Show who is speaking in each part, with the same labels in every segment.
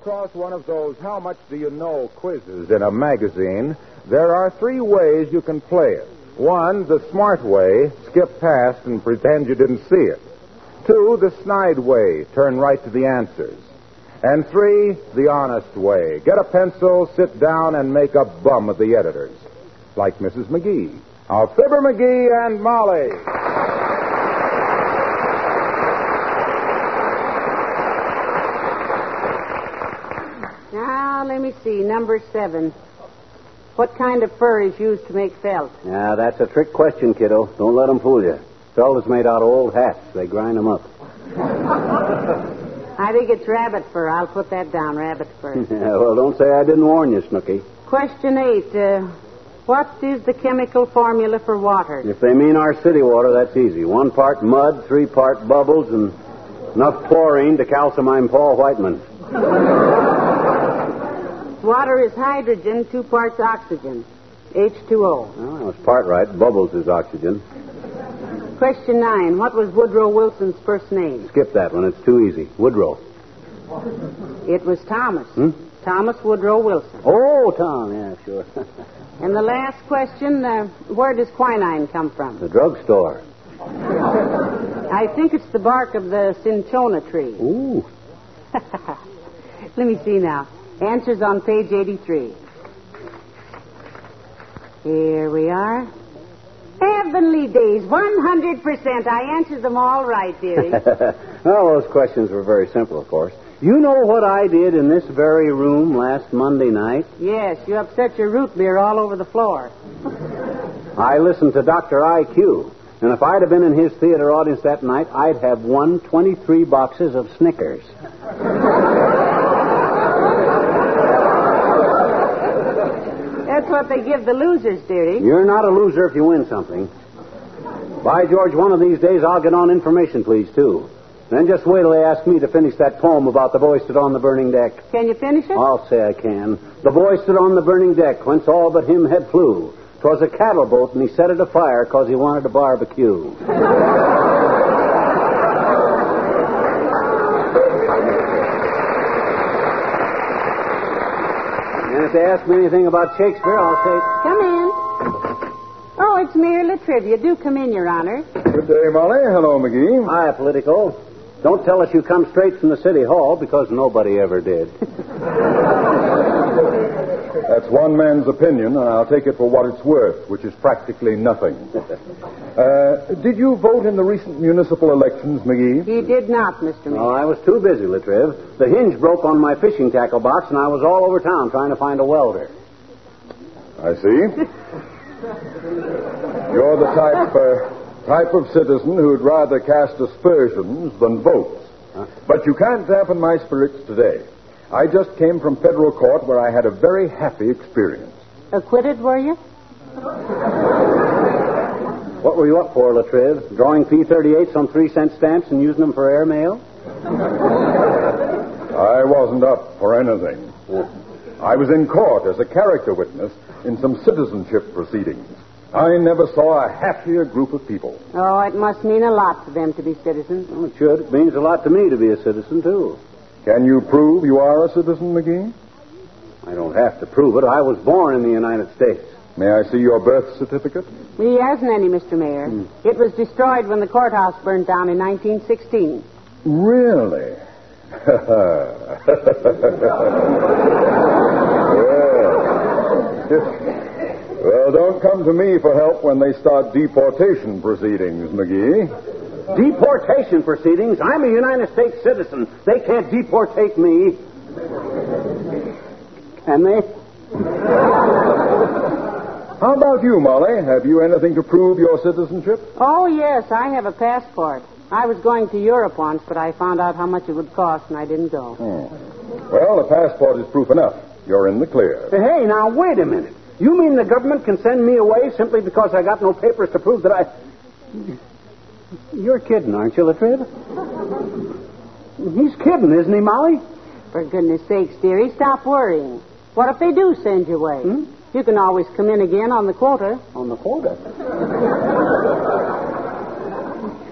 Speaker 1: across one of those how much do you know quizzes in a magazine, there are three ways you can play it. One, the smart way, skip past and pretend you didn't see it. Two, the snide way, turn right to the answers. And three, the honest way, get a pencil, sit down, and make a bum of the editors. Like Mrs. McGee, Alciber McGee and Molly.
Speaker 2: Now, Ah, let me see. Number seven. What kind of fur is used to make felt?
Speaker 3: Now, that's a trick question, kiddo. Don't let 'em fool you. Felt is made out of old hats. They grind 'em up.
Speaker 2: I think it's rabbit fur. I'll put that down, rabbit fur.
Speaker 3: Yeah, well, don't say I didn't warn you, Snooky.
Speaker 2: Question eight. Uh, what is the chemical formula for water?
Speaker 3: If they mean our city water, that's easy. One part mud, three part bubbles, and enough chlorine to calcimine Paul Whiteman.
Speaker 2: Water is hydrogen, two parts oxygen, H2O.
Speaker 3: Well, that was part right. Bubbles is oxygen.
Speaker 2: Question nine. What was Woodrow Wilson's first name?
Speaker 3: Skip that one. It's too easy. Woodrow.
Speaker 2: It was Thomas. Thomas Woodrow Wilson.
Speaker 3: Oh, Tom. Yeah, sure.
Speaker 2: And the last question uh, where does quinine come from?
Speaker 3: the drugstore.
Speaker 2: I think it's the bark of the cinchona tree.
Speaker 3: Ooh.
Speaker 2: Let me see now. Answers on page 83. Here we are. Heavenly days, 100%. I answered them all right, dearie.
Speaker 3: well, those questions were very simple, of course. You know what I did in this very room last Monday night?
Speaker 2: yes, you upset your root beer all over the floor.
Speaker 3: I listened to Dr. IQ, and if I'd have been in his theater audience that night, I'd have won 23 boxes of Snickers.
Speaker 2: That's what they give the losers, dearie.
Speaker 3: You're not a loser if you win something. By George, one of these days I'll get on information, please, too. Then just wait till they ask me to finish that poem about the boy stood on the burning deck.
Speaker 2: Can you finish it?
Speaker 3: I'll say I can. The boy stood on the burning deck, whence all but him had flew. 'Twas a cattle boat, and he set it afire 'cause he wanted a barbecue. and if they ask me anything about Shakespeare, I'll
Speaker 2: Come in. Oh, it's merely trivia. Do come in, Your Honor.
Speaker 1: Good day, Molly. Hello,
Speaker 3: say,
Speaker 1: McGee.
Speaker 3: Hi, Politico. Don't tell us you come straight from the City Hall, because nobody ever did.
Speaker 1: That's one man's opinion, and I'll take it for what it's worth, which is practically nothing. Uh, did you vote in the recent municipal elections, McGee?
Speaker 2: He did not, Mr. Mayor.
Speaker 3: Well, I was too busy, Latriv. The hinge broke on my fishing tackle box, and I was all over town trying to find a welder.
Speaker 1: I see. You're the type uh, type of citizen who'd rather cast aspersions than vote. But you can't dampen my spirits today. I just came from federal court where I had a very happy experience.
Speaker 2: Acquitted, were you?
Speaker 3: What were you up for, Latriv? Drawing P-38s on three-cent stamps and using them for airmail?
Speaker 1: I wasn't up for anything. I was in court as a character witness in some citizenship proceedings. I never saw a happier group of people.
Speaker 2: Oh, it must mean a lot to them to be citizens.
Speaker 3: Well, it should. It means a lot to me to be a citizen, too.
Speaker 1: Can you prove you are a citizen, McGee?
Speaker 3: I don't have to prove it. I was born in the United States.
Speaker 1: May I see your birth certificate?
Speaker 2: He hasn't any, Mr. Mayor. It was destroyed when the courthouse burned down in 1916.
Speaker 1: Really? well. well, don't come to me for help when they start deportation proceedings, McGee.
Speaker 3: Deportation proceedings? I'm a United States citizen. They can't deportate me. Can they?
Speaker 1: How about you, Molly? Have you anything to prove your citizenship?
Speaker 2: Oh, yes, I have a passport. I was going to Europe once, but I found out how much it would cost, and I didn't go.
Speaker 4: Hmm.
Speaker 1: Well, the passport is proof enough. You're in the clear.
Speaker 3: Hey, now, wait a minute. You mean the government can send me away simply because I got no papers to prove that I. You're kidding, aren't you, Latrib? He's kidding, isn't he, Molly?
Speaker 2: For goodness sakes, dearie, stop worrying. What if they do send you away? You can always come in again on the quota.
Speaker 3: On the quota.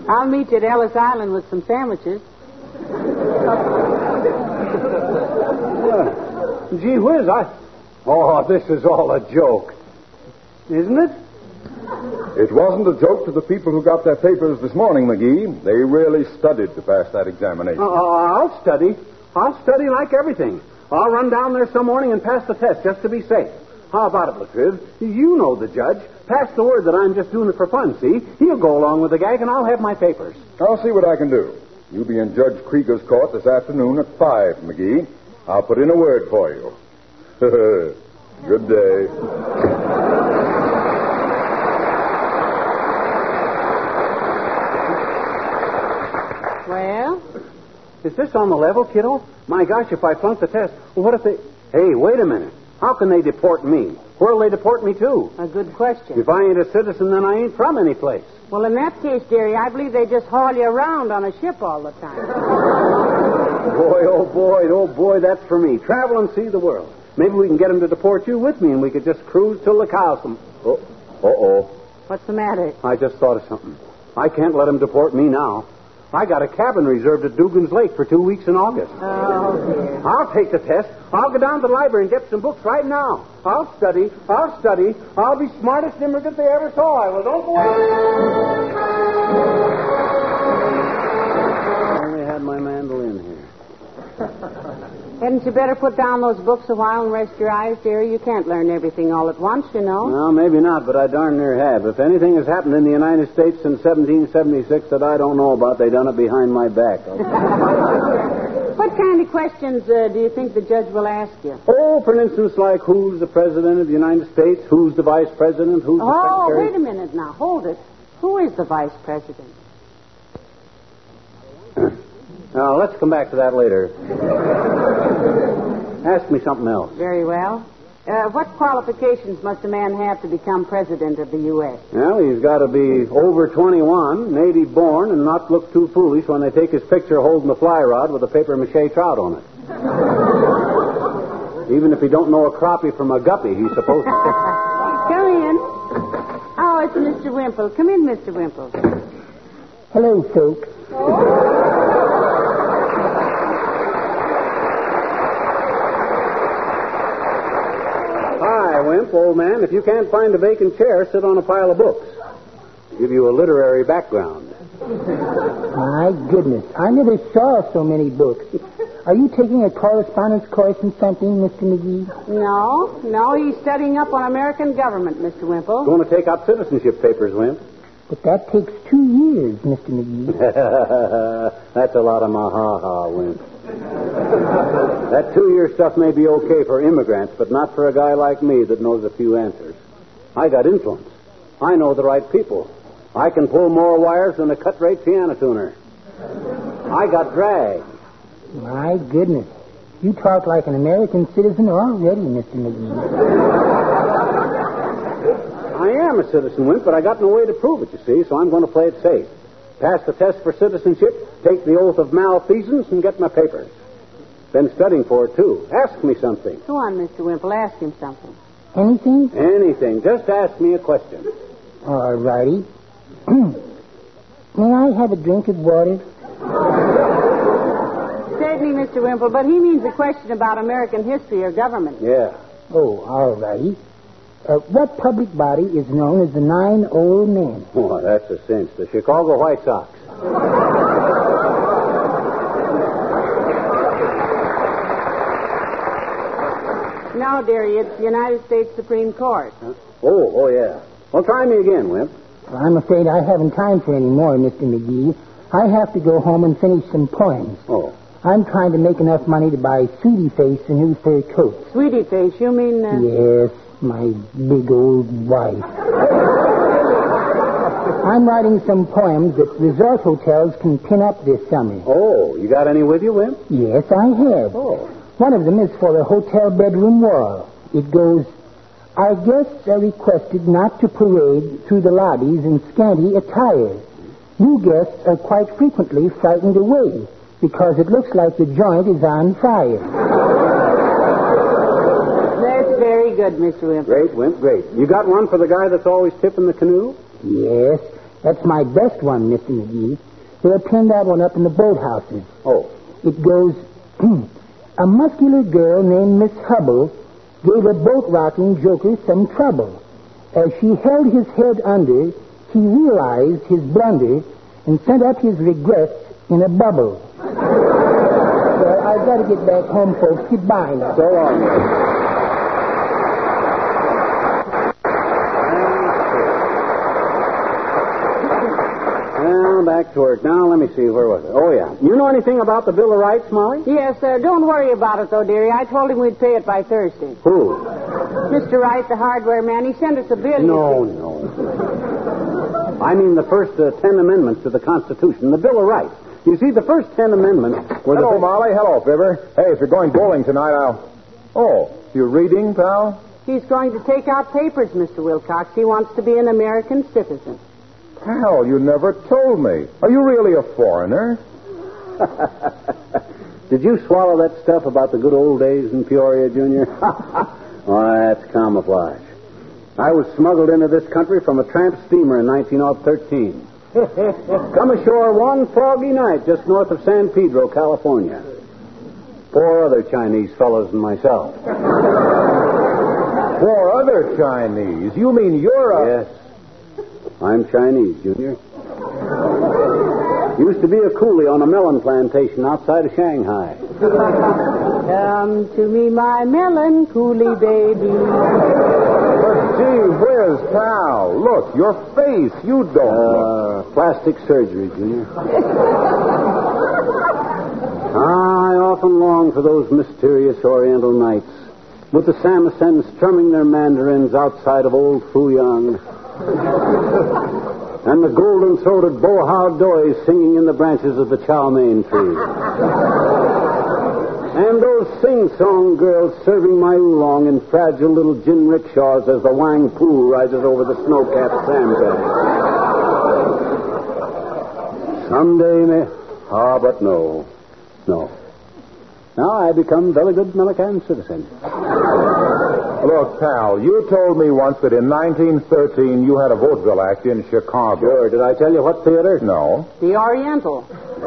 Speaker 2: I'll meet you at Ellis Island with some sandwiches.
Speaker 3: Gee whiz, I. Oh, this is all a joke. Isn't it?
Speaker 4: It wasn't a joke to the people who got their papers this morning, McGee. They really studied to pass that examination.
Speaker 3: Oh, I'll study. I'll study like everything. I'll run down there some morning and pass the test just to be safe. How about it, Latriv? You know the judge. Pass the word that I'm just doing it for fun, see? He'll go along with the gag, and I'll have my papers.
Speaker 4: I'll see what I can do. You'll be in Judge Krieger's court this afternoon at 5, McGee. I'll put in a word for you. Good day.
Speaker 2: Well,
Speaker 3: Is this on the level, kiddo? My gosh, if I flunk the test, what if they. Hey, wait a minute. How can they deport me? Where'll they deport me to?
Speaker 2: a good question.
Speaker 3: If I ain't a citizen, then I ain't from any place.
Speaker 2: Well, in that case, dearie, I believe they just haul you around on a ship all the time.
Speaker 3: Boy, oh boy, oh boy, that's for me. Travel and see the world. Maybe we can get 'em to deport you with me, and we could just cruise till the cows come.
Speaker 4: Oh, uh-oh.
Speaker 2: What's the matter?
Speaker 3: I just thought of something. I can't let 'em deport me now. I got a cabin reserved at Dugan's Lake for two weeks in August.
Speaker 2: Oh, dear.
Speaker 3: I'll take the test. I'll go down to the library and get some books right now. I'll study. I'll study. I'll be smartest immigrant they ever saw. I will. oh, Don't go I only had my mandolin here.
Speaker 2: Hadn't you better put down those books a while and rest your eyes, dearie? You can't learn everything all at once, you know.
Speaker 3: No, maybe not, but I darn near have. If anything has happened in the United States since 1776 that I don't know about, they done it behind my back.
Speaker 2: What kind of questions uh, do you think the judge will ask you?
Speaker 3: oh, for instance, like who's the president of the United States? Who's the vice president? Who's the
Speaker 2: Oh,
Speaker 3: secretary?
Speaker 2: wait a minute now. Hold it. Who is the vice president?
Speaker 3: Now, let's come back to that later. Ask me something else.
Speaker 2: Very well. Uh, what qualifications must a man have to become president of the U.S.?
Speaker 3: Well, he's got to be over 21, native born, and not look too foolish when they take his picture holding the fly rod with a paper mache trout on it. Even if he don't know a crappie from a guppy, he's supposed to.
Speaker 2: Come in. Oh, it's Mr. Wimple. Come in, Mr. Wimple.
Speaker 5: Hello, folks.
Speaker 3: Hi, Wimp, old man. If you can't find a vacant chair, sit on a pile of books. Give you a literary background.
Speaker 5: My goodness, I never saw so many books. Are you taking a correspondence course in something, Mr. McGee?
Speaker 2: No, no, he's studying up on American government, Mr. Wimple.
Speaker 3: Going to take up citizenship papers, Wimp.
Speaker 5: But that takes two years, Mr. McGee.
Speaker 3: That's a lot of mahaha, Wimp. that two-year stuff may be okay for immigrants, but not for a guy like me that knows a few answers. I got influence. I know the right people. I can pull more wires than a cut-rate piano tuner. I got drag.
Speaker 5: My goodness, you talk like an American citizen already, Mr. McGee.
Speaker 3: I am a citizen, Wimp, but I got no way to prove it, you see, so I'm going to play it safe. Pass the test for citizenship, take the oath of malfeasance, and get my papers. Been studying for it, too. Ask me something.
Speaker 2: Go on, Mr. Wimple. Ask him something.
Speaker 5: Anything?
Speaker 3: Anything. Just ask me a question.
Speaker 5: All righty. May I have a drink of water?
Speaker 2: Certainly, Mr. Wimple, but he means a question about American history or government.
Speaker 3: Yeah.
Speaker 5: Oh, all righty. Uh, what public body is known as the Nine Old Men?
Speaker 3: Boy, that's a cinch. The Chicago White Sox.
Speaker 2: No, dearie, it's the United States Supreme Court.
Speaker 3: Oh, oh, yeah. Well, try me again, Wimp.
Speaker 5: I'm afraid I haven't time for any more, Mr. McGee. I have to go home and finish some poems.
Speaker 3: Oh.
Speaker 5: I'm trying to make enough money to buy Sweetie Face a new fur coat.
Speaker 2: Sweetie face, you mean... Uh...
Speaker 5: Yes, my big old wife. I'm writing some poems that resort hotels can pin up this summer.
Speaker 3: Oh, you got any with you, Wimp?
Speaker 5: Yes, I have.
Speaker 3: Oh.
Speaker 5: One of them is for the hotel bedroom wall. It goes, Our guests are requested not to parade through the lobbies in scanty attire. New guests are quite frequently frightened away because it looks like the joint is on fire.
Speaker 2: That's very good, Mr. Wimple.
Speaker 3: Great, Wimp, great. You got one for the guy that's always tipping the canoe?
Speaker 5: Yes, that's my best one, Mr. McGee. They'll pin that one up in the boathouses.
Speaker 3: Oh.
Speaker 5: It goes, a muscular girl named Miss Hubble gave a boat rocking joker some trouble. As she held his head under, he realized his blunder and sent up his regrets in a bubble. well, I've got to get back home, folks. Goodbye now.
Speaker 3: So long. Miss. Well, back to work. Now, let me see. Where was it? Oh, yeah. You know anything about the Bill of Rights, Molly?
Speaker 2: Yes, sir. Don't worry about it, though, dearie. I told him we'd pay it by Thursday.
Speaker 3: Who?
Speaker 2: Mr. Wright, the hardware man, he sent us a bill. you
Speaker 3: No, no. I mean the first uh, ten amendments to the Constitution, the Bill of Rights. You see, the first ten amendments were
Speaker 1: Hello,
Speaker 3: the...
Speaker 1: Molly. Hello, Fibber. Hey, if you're going bowling tonight, I'll. Oh, you reading, pal?
Speaker 2: see. He's going to take out papers, Mr. Wilcox. He wants to be an American citizen.
Speaker 1: Pal, you never told me. Are you really a foreigner?
Speaker 3: Did you swallow that stuff about the good old days in Peoria, Junior? Why, that's camouflage. I was smuggled into this country from a tramp steamer in 1913. Come ashore one foggy night just north of San Pedro, California. Four other Chinese fellows and myself.
Speaker 1: For other Chinese. You mean you're a.
Speaker 3: Yes. I'm Chinese, Junior. Used to be a coolie on a melon plantation outside of Shanghai.
Speaker 2: Come to me, my melancholy baby.
Speaker 1: But gee whiz, pal. Look, your face. You don't look.
Speaker 3: Uh, plastic surgery, Junior. I often long for those mysterious Oriental nights with the Samasens strumming their mandarins outside of old Fuyang. and the golden throated Bohao Doi singing in the branches of the Chow Mein tree. and those sing song girls serving my oolong in fragile little gin rickshaws as the Wang Poo rises over the snow capped sandbanks. Someday may. Ah, but no. No. Now I become very good American citizen.
Speaker 1: Look, pal, you told me once that in 1913 you had a vaudeville act in Chicago.
Speaker 3: Sure. Did I tell you what theater?
Speaker 1: No.
Speaker 2: The Oriental.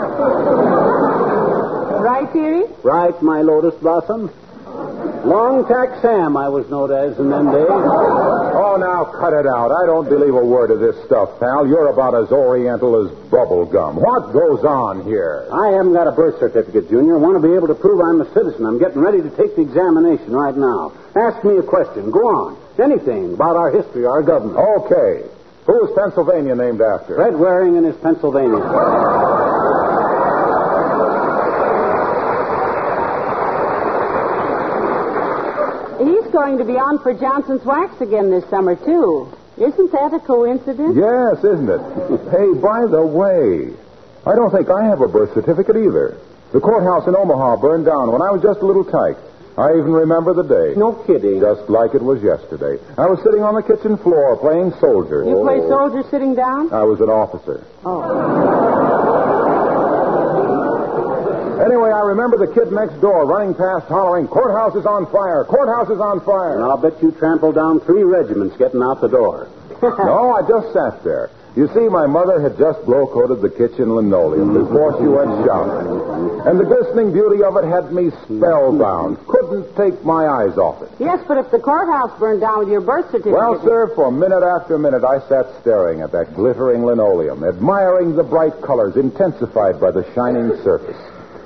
Speaker 2: right, dearie?
Speaker 3: Right, my lotus blossom. Long Tack Sam, I was known as in them days.
Speaker 1: Oh, now cut it out. I don't believe a word of this stuff, pal. You're about as oriental as bubblegum. What goes on here?
Speaker 3: I haven't got a birth certificate, Junior. I want to be able to prove I'm a citizen. I'm getting ready to take the examination right now. Ask me a question. Go on. Anything about our history, our government.
Speaker 1: Okay. Who's Pennsylvania named after?
Speaker 3: Fred Waring and his Pennsylvania.
Speaker 2: He's going to be on for Johnson's Wax again this summer, too. Isn't that a coincidence?
Speaker 1: Yes, isn't it? hey, by the way, I don't think I have a birth certificate either. The courthouse in Omaha burned down when I was just a little tyke. I even remember the day.
Speaker 3: No kidding.
Speaker 1: Just like it was yesterday. I was sitting on the kitchen floor playing soldier.
Speaker 2: You play soldier sitting down?
Speaker 1: I was an officer.
Speaker 2: Oh.
Speaker 1: Anyway, I remember the kid next door running past hollering, Courthouse is on fire! Courthouse is on fire!
Speaker 3: And I'll bet you trampled down three regiments getting out the door.
Speaker 1: No, I just sat there. You see, my mother had just blow coated the kitchen linoleum before she went shopping. And the glistening beauty of it had me spellbound. Couldn't take my eyes off it.
Speaker 2: Yes, but if the courthouse burned down with your birth certificate.
Speaker 1: Well, sir, for minute after minute, I sat staring at that glittering linoleum, admiring the bright colors intensified by the shining surface.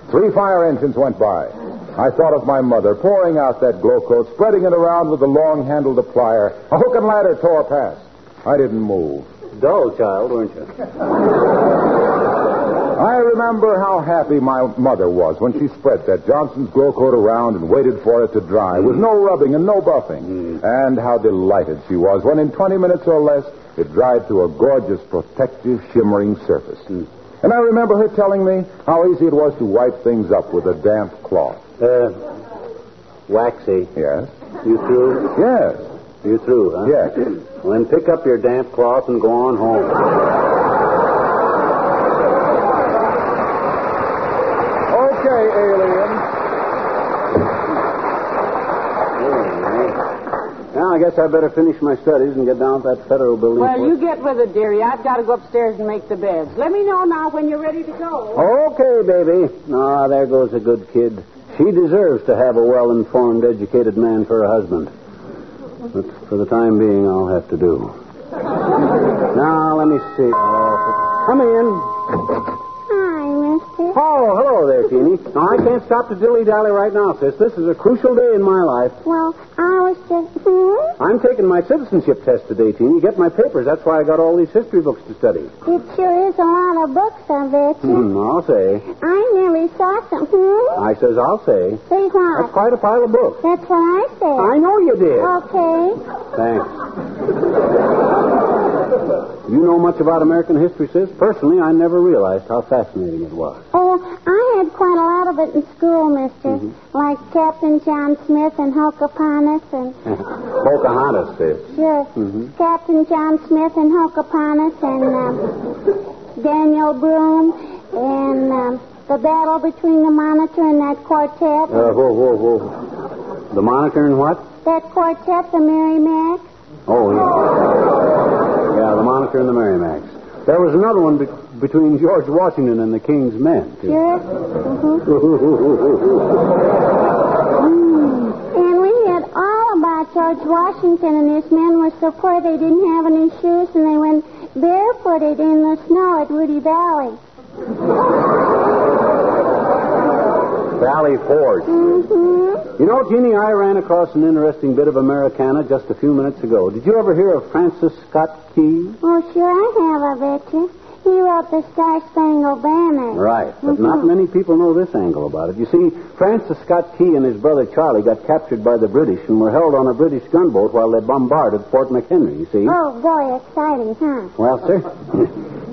Speaker 1: Three fire engines went by. I thought of my mother pouring out that glow coat, spreading it around with a long-handled plier. A hook and ladder tore past. I didn't move.
Speaker 3: Dull child, weren't you?
Speaker 1: I remember how happy my mother was when she spread that Johnson's glow coat around and waited for it to dry with no rubbing and no buffing. And how delighted she was when in 20 minutes or less it dried to a gorgeous, protective, shimmering surface. And I remember her telling me how easy it was to wipe things up with a damp cloth.
Speaker 3: Uh, waxy.
Speaker 1: Yes?
Speaker 3: You through?
Speaker 1: Yes.
Speaker 3: You through, huh?
Speaker 1: Yes.
Speaker 3: Well, then pick up your damp cloth and go on home.
Speaker 1: Okay, alien.
Speaker 3: Now, I guess I better finish my studies and get down to that federal building.
Speaker 2: Well,
Speaker 3: for-
Speaker 2: you get with it, dearie. I've got to go upstairs and make the beds. Let me know now when you're ready to go.
Speaker 3: Okay, baby. Ah, there goes a good kid. She deserves to have a well informed, educated man for a husband. But for the time being, I'll have to do. now, let me see. Uh, come in.
Speaker 6: Hi, mister.
Speaker 3: Oh, hello there, Teeny. Now, I can't stop to dilly dally right now, sis. This is a crucial day in my life.
Speaker 6: Well, I was just. Hmm?
Speaker 3: I'm taking my citizenship test today, Teeny. Get my papers. That's why I got all these history books to study.
Speaker 6: It sure is a lot of books, I bet you.
Speaker 3: Hmm, I'll say.
Speaker 6: I nearly saw some. Hmm?
Speaker 3: I says, I'll say.
Speaker 6: Say
Speaker 3: That's
Speaker 6: what?
Speaker 3: quite a pile of books.
Speaker 6: That's what I said.
Speaker 3: I know you did.
Speaker 6: Okay.
Speaker 3: Thanks. you know much about American history, sis? Personally, I never realized how fascinating it was.
Speaker 6: Oh, I had quite a lot of it in school, mister.
Speaker 3: Mm-hmm.
Speaker 6: Like Captain John Smith and Hockaponus and.
Speaker 3: Pocahontas, sis.
Speaker 6: Sure.
Speaker 3: Mm-hmm.
Speaker 6: Captain John Smith and Hockaponus and um, Daniel Broom and um, the battle between the monitor and that quartet.
Speaker 3: Uh, whoa, whoa, whoa. The monitor and what?
Speaker 6: That quartet, the Mary Mac.
Speaker 3: Oh, yeah. Yeah, the monitor and the Merrimax. There was another one be- between George Washington and the King's men, too.
Speaker 6: Sure. hmm And we had all about George Washington and his men were so poor they didn't have any shoes and they went barefooted in the snow at Woody Valley.
Speaker 3: Valley Forge.
Speaker 6: Mm-hmm.
Speaker 3: You know, Jeannie, I ran across an interesting bit of Americana just a few minutes ago. Did you ever hear of Francis Scott Key?
Speaker 6: Oh, sure I have, I bet you. He wrote the Star Spangled Banner.
Speaker 3: Right, but not many people know this angle about it. You see, Francis Scott Key and his brother Charlie got captured by the British and were held on a British gunboat while they bombarded Fort McHenry, you see.
Speaker 6: Oh, boy, exciting, huh?
Speaker 3: Well, sir,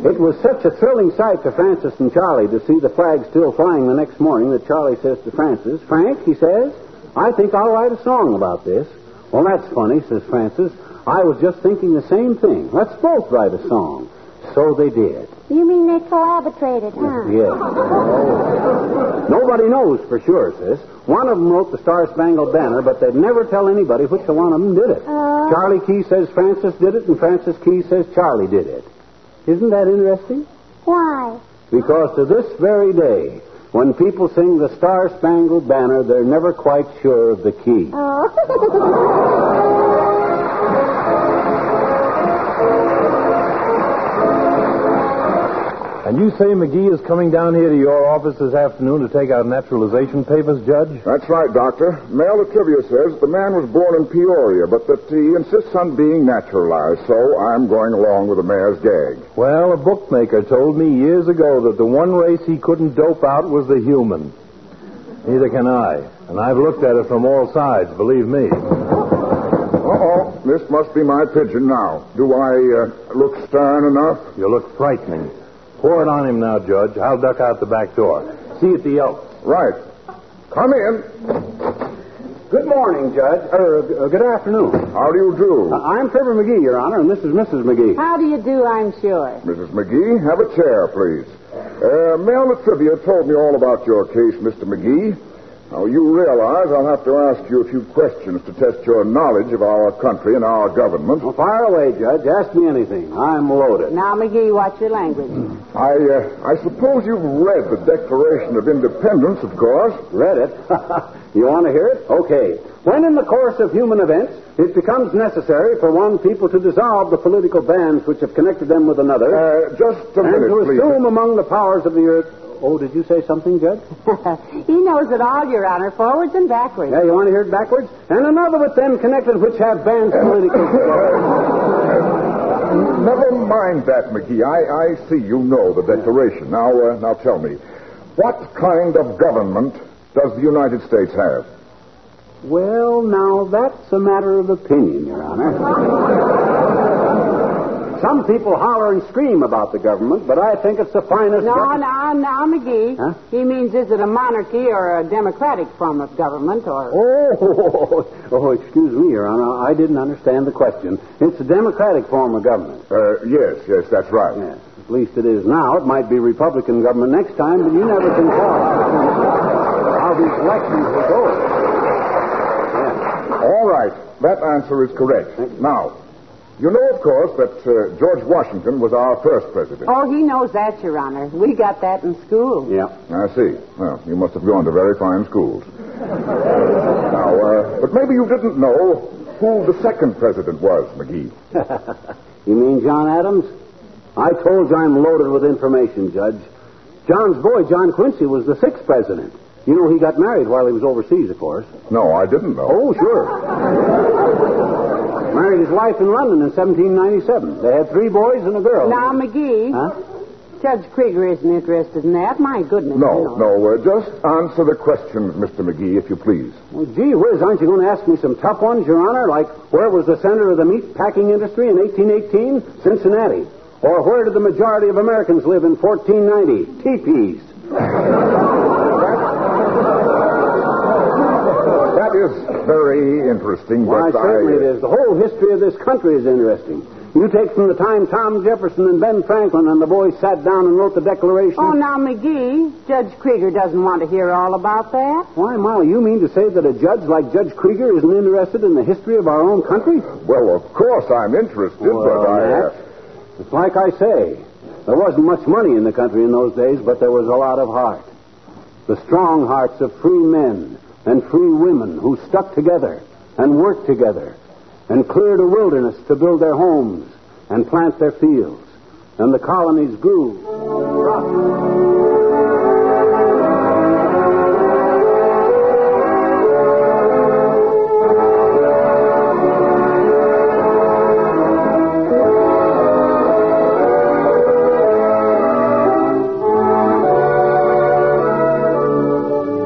Speaker 3: it was such a thrilling sight to Francis and Charlie to see the flag still flying the next morning that Charlie says to Francis, Frank, he says, I think I'll write a song about this. Well, that's funny, says Francis. I was just thinking the same thing. Let's both write a song. So they did.
Speaker 6: You mean they collaborated, huh?
Speaker 3: Yes. Nobody knows for sure, sis. One of them wrote the Star Spangled Banner, but they'd never tell anybody which one of them did it.
Speaker 6: Oh.
Speaker 3: Charlie Key says Francis did it, and Francis Key says Charlie did it. Isn't that interesting?
Speaker 6: Why?
Speaker 3: Because to this very day, when people sing the Star Spangled Banner, they're never quite sure of the key.
Speaker 6: Uh. Oh.
Speaker 7: And you say McGee is coming down here to your office this afternoon to take out naturalization papers, Judge?
Speaker 1: That's right, Doctor. Mail the trivia says the man was born in Peoria, but that he insists on being naturalized, so I'm going along with the mayor's gag.
Speaker 7: Well, a bookmaker told me years ago that the one race he couldn't dope out was the human. Neither can I. And I've looked at it from all sides, believe me.
Speaker 1: Uh-oh, this must be my pigeon now. Do I uh, look stern enough?
Speaker 7: You look frightening. Pour it on him now, Judge. I'll duck out the back door. See you at the Elks.
Speaker 1: Right. Come in.
Speaker 3: Good morning, Judge. Er, uh, good afternoon.
Speaker 1: How do you do?
Speaker 3: Uh, I'm Trevor McGee, Your Honor, and this is Mrs. McGee.
Speaker 2: How do you do, I'm sure?
Speaker 1: Mrs. McGee, have a chair, please. Uh, Mail the Trivia told me all about your case, Mr. McGee. Now, you realize I'll have to ask you a few questions to test your knowledge of our country and our government.
Speaker 3: Well, fire away, Judge. Ask me anything. I'm loaded.
Speaker 2: Now, McGee, watch your language.
Speaker 1: I, uh, I suppose you've read the Declaration of Independence, of course.
Speaker 3: Read it. you want to hear it? Okay. When in the course of human events it becomes necessary for one people to dissolve the political bands which have connected them with another,
Speaker 1: Uh, just a
Speaker 3: and
Speaker 1: minute,
Speaker 3: to
Speaker 1: please.
Speaker 3: assume among the powers of the earth. Oh, did you say something, Judge?
Speaker 2: he knows it all, Your Honor, forwards and backwards.
Speaker 3: Yeah, you want to hear it backwards? And another with them connected which have bands political.
Speaker 1: Never mind that, McGee. I, I see you know the Declaration. Now, uh, now tell me, what kind of government does the United States have?
Speaker 3: well, now that's a matter of opinion, Your Honor. Some people holler and scream about the government, but I think it's the finest.
Speaker 2: No,
Speaker 3: government-
Speaker 2: no, no, McGee.
Speaker 3: Huh?
Speaker 2: He means is it a monarchy or a democratic form of government or.
Speaker 3: Oh, oh, excuse me, Your Honor. I didn't understand the question. It's a democratic form of government.
Speaker 1: Uh, yes, yes, that's right.
Speaker 3: Yes, at least it is now. It might be Republican government next time, but you never can tell how these elections will go. Yes.
Speaker 1: All right, that answer is correct. Now, You know, of course, that uh, George Washington was our first president.
Speaker 2: Oh, he knows that, Your Honor. We got that in school.
Speaker 3: Yeah.
Speaker 1: I see. Well, you must have gone to very fine schools. now, uh, but maybe you didn't know who the second president was, McGee.
Speaker 3: You mean John Adams? I told you I'm loaded with information, Judge. John's boy, John Quincy, was the sixth president. You know he got married while he was overseas, of course.
Speaker 1: No, I didn't know.
Speaker 3: Oh, sure. married his wife in London in 1797. They had three boys and a girl.
Speaker 2: Now, McGee,
Speaker 3: Huh?
Speaker 2: Judge Krieger isn't interested in that. My goodness. you
Speaker 1: No,
Speaker 2: know.
Speaker 1: no, uh, just answer the questions, Mr. McGee, if you please.
Speaker 3: Well, gee whiz, aren't you going to ask me some tough ones, Your Honor? Like, where was the center of the meat packing industry in 1818? Cincinnati. Or where did the majority of Americans live in 1490? Teepees.
Speaker 1: That is very interesting,
Speaker 3: Why,
Speaker 1: but I...
Speaker 3: certainly it is. The whole history of this country is interesting. You take from the time Tom Jefferson and Ben Franklin and the boys sat down and wrote the Declaration.
Speaker 2: Oh, now, McGee, Judge Krieger doesn't want to hear all about that.
Speaker 3: Why, Molly, you mean to say that a judge like Judge Krieger isn't interested in the history of our own country?
Speaker 1: Well, of course I'm interested, but I...
Speaker 3: Matt,
Speaker 1: uh,
Speaker 3: it's like I say, there wasn't much money in the country in those days, but there was a lot of heart. The strong hearts of free men and free women who stuck together and worked together and cleared a wilderness to build their homes and plant their fields. And the colonies grew. prospered.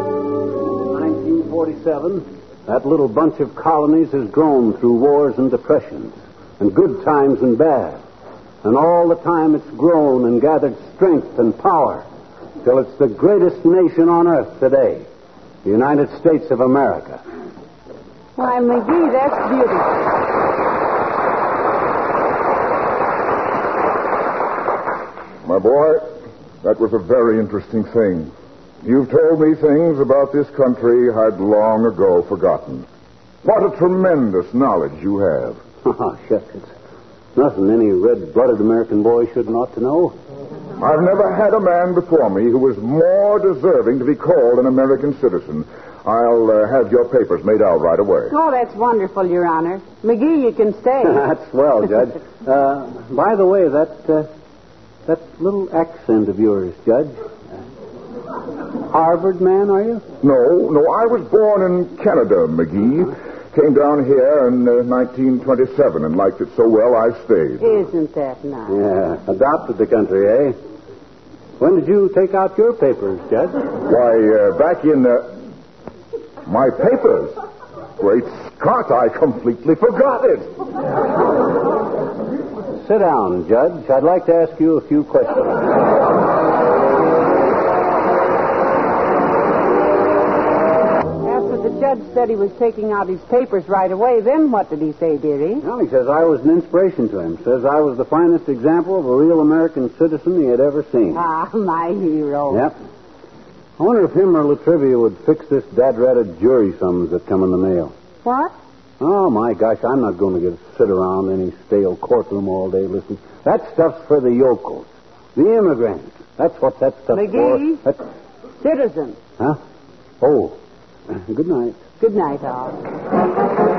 Speaker 3: In 1947, that little bunch of colonies has grown through wars and depressions, and good times and bad. And all the time it's grown and gathered strength and power till it's the greatest nation on earth today, the United States of America.
Speaker 2: Why, McGee, that's beautiful.
Speaker 1: My boy, that was a very interesting thing. You've told me things about this country I'd long ago forgotten. What a tremendous knowledge you have.
Speaker 3: Oh, shucks. It's nothing any red blooded American boy shouldn't ought to know.
Speaker 1: I've never had a man before me who was more deserving to be called an American citizen. I'll uh, have your papers made out right away.
Speaker 2: Oh, that's wonderful, Your Honor. McGee, you can stay.
Speaker 3: That's well, Judge. Uh, by the way, that uh, that little accent of yours, Judge. Harvard man, are you?
Speaker 1: No, no, I was born in Canada, McGee. Came down here in uh, 1927 and liked it so well I stayed.
Speaker 2: Isn't that nice?
Speaker 3: Yeah. Adopted the country, eh? When did you take out your papers, Judge?
Speaker 1: Why, uh, back in uh, my papers. Great Scott, I completely forgot it.
Speaker 3: Sit down, Judge. I'd like to ask you a few questions.
Speaker 2: After the judge said he was taking out his papers right away, then what did he say, dearie?
Speaker 3: Well, he says I was an inspiration to him. Says I was the finest example of a real American citizen he had ever seen.
Speaker 2: Ah, my hero.
Speaker 3: Yep. I wonder if him or Latrivia would fix this dad-ratted jury summons that come in the mail.
Speaker 2: What?
Speaker 3: Oh, my gosh, I'm not going to get, sit around in any stale courtroom all day listening. That stuff's for the yokels, the immigrants. That's what that stuff's
Speaker 2: McGee?
Speaker 3: for. That,
Speaker 2: Citizen.
Speaker 3: huh? Oh, good night.
Speaker 2: Good night, all.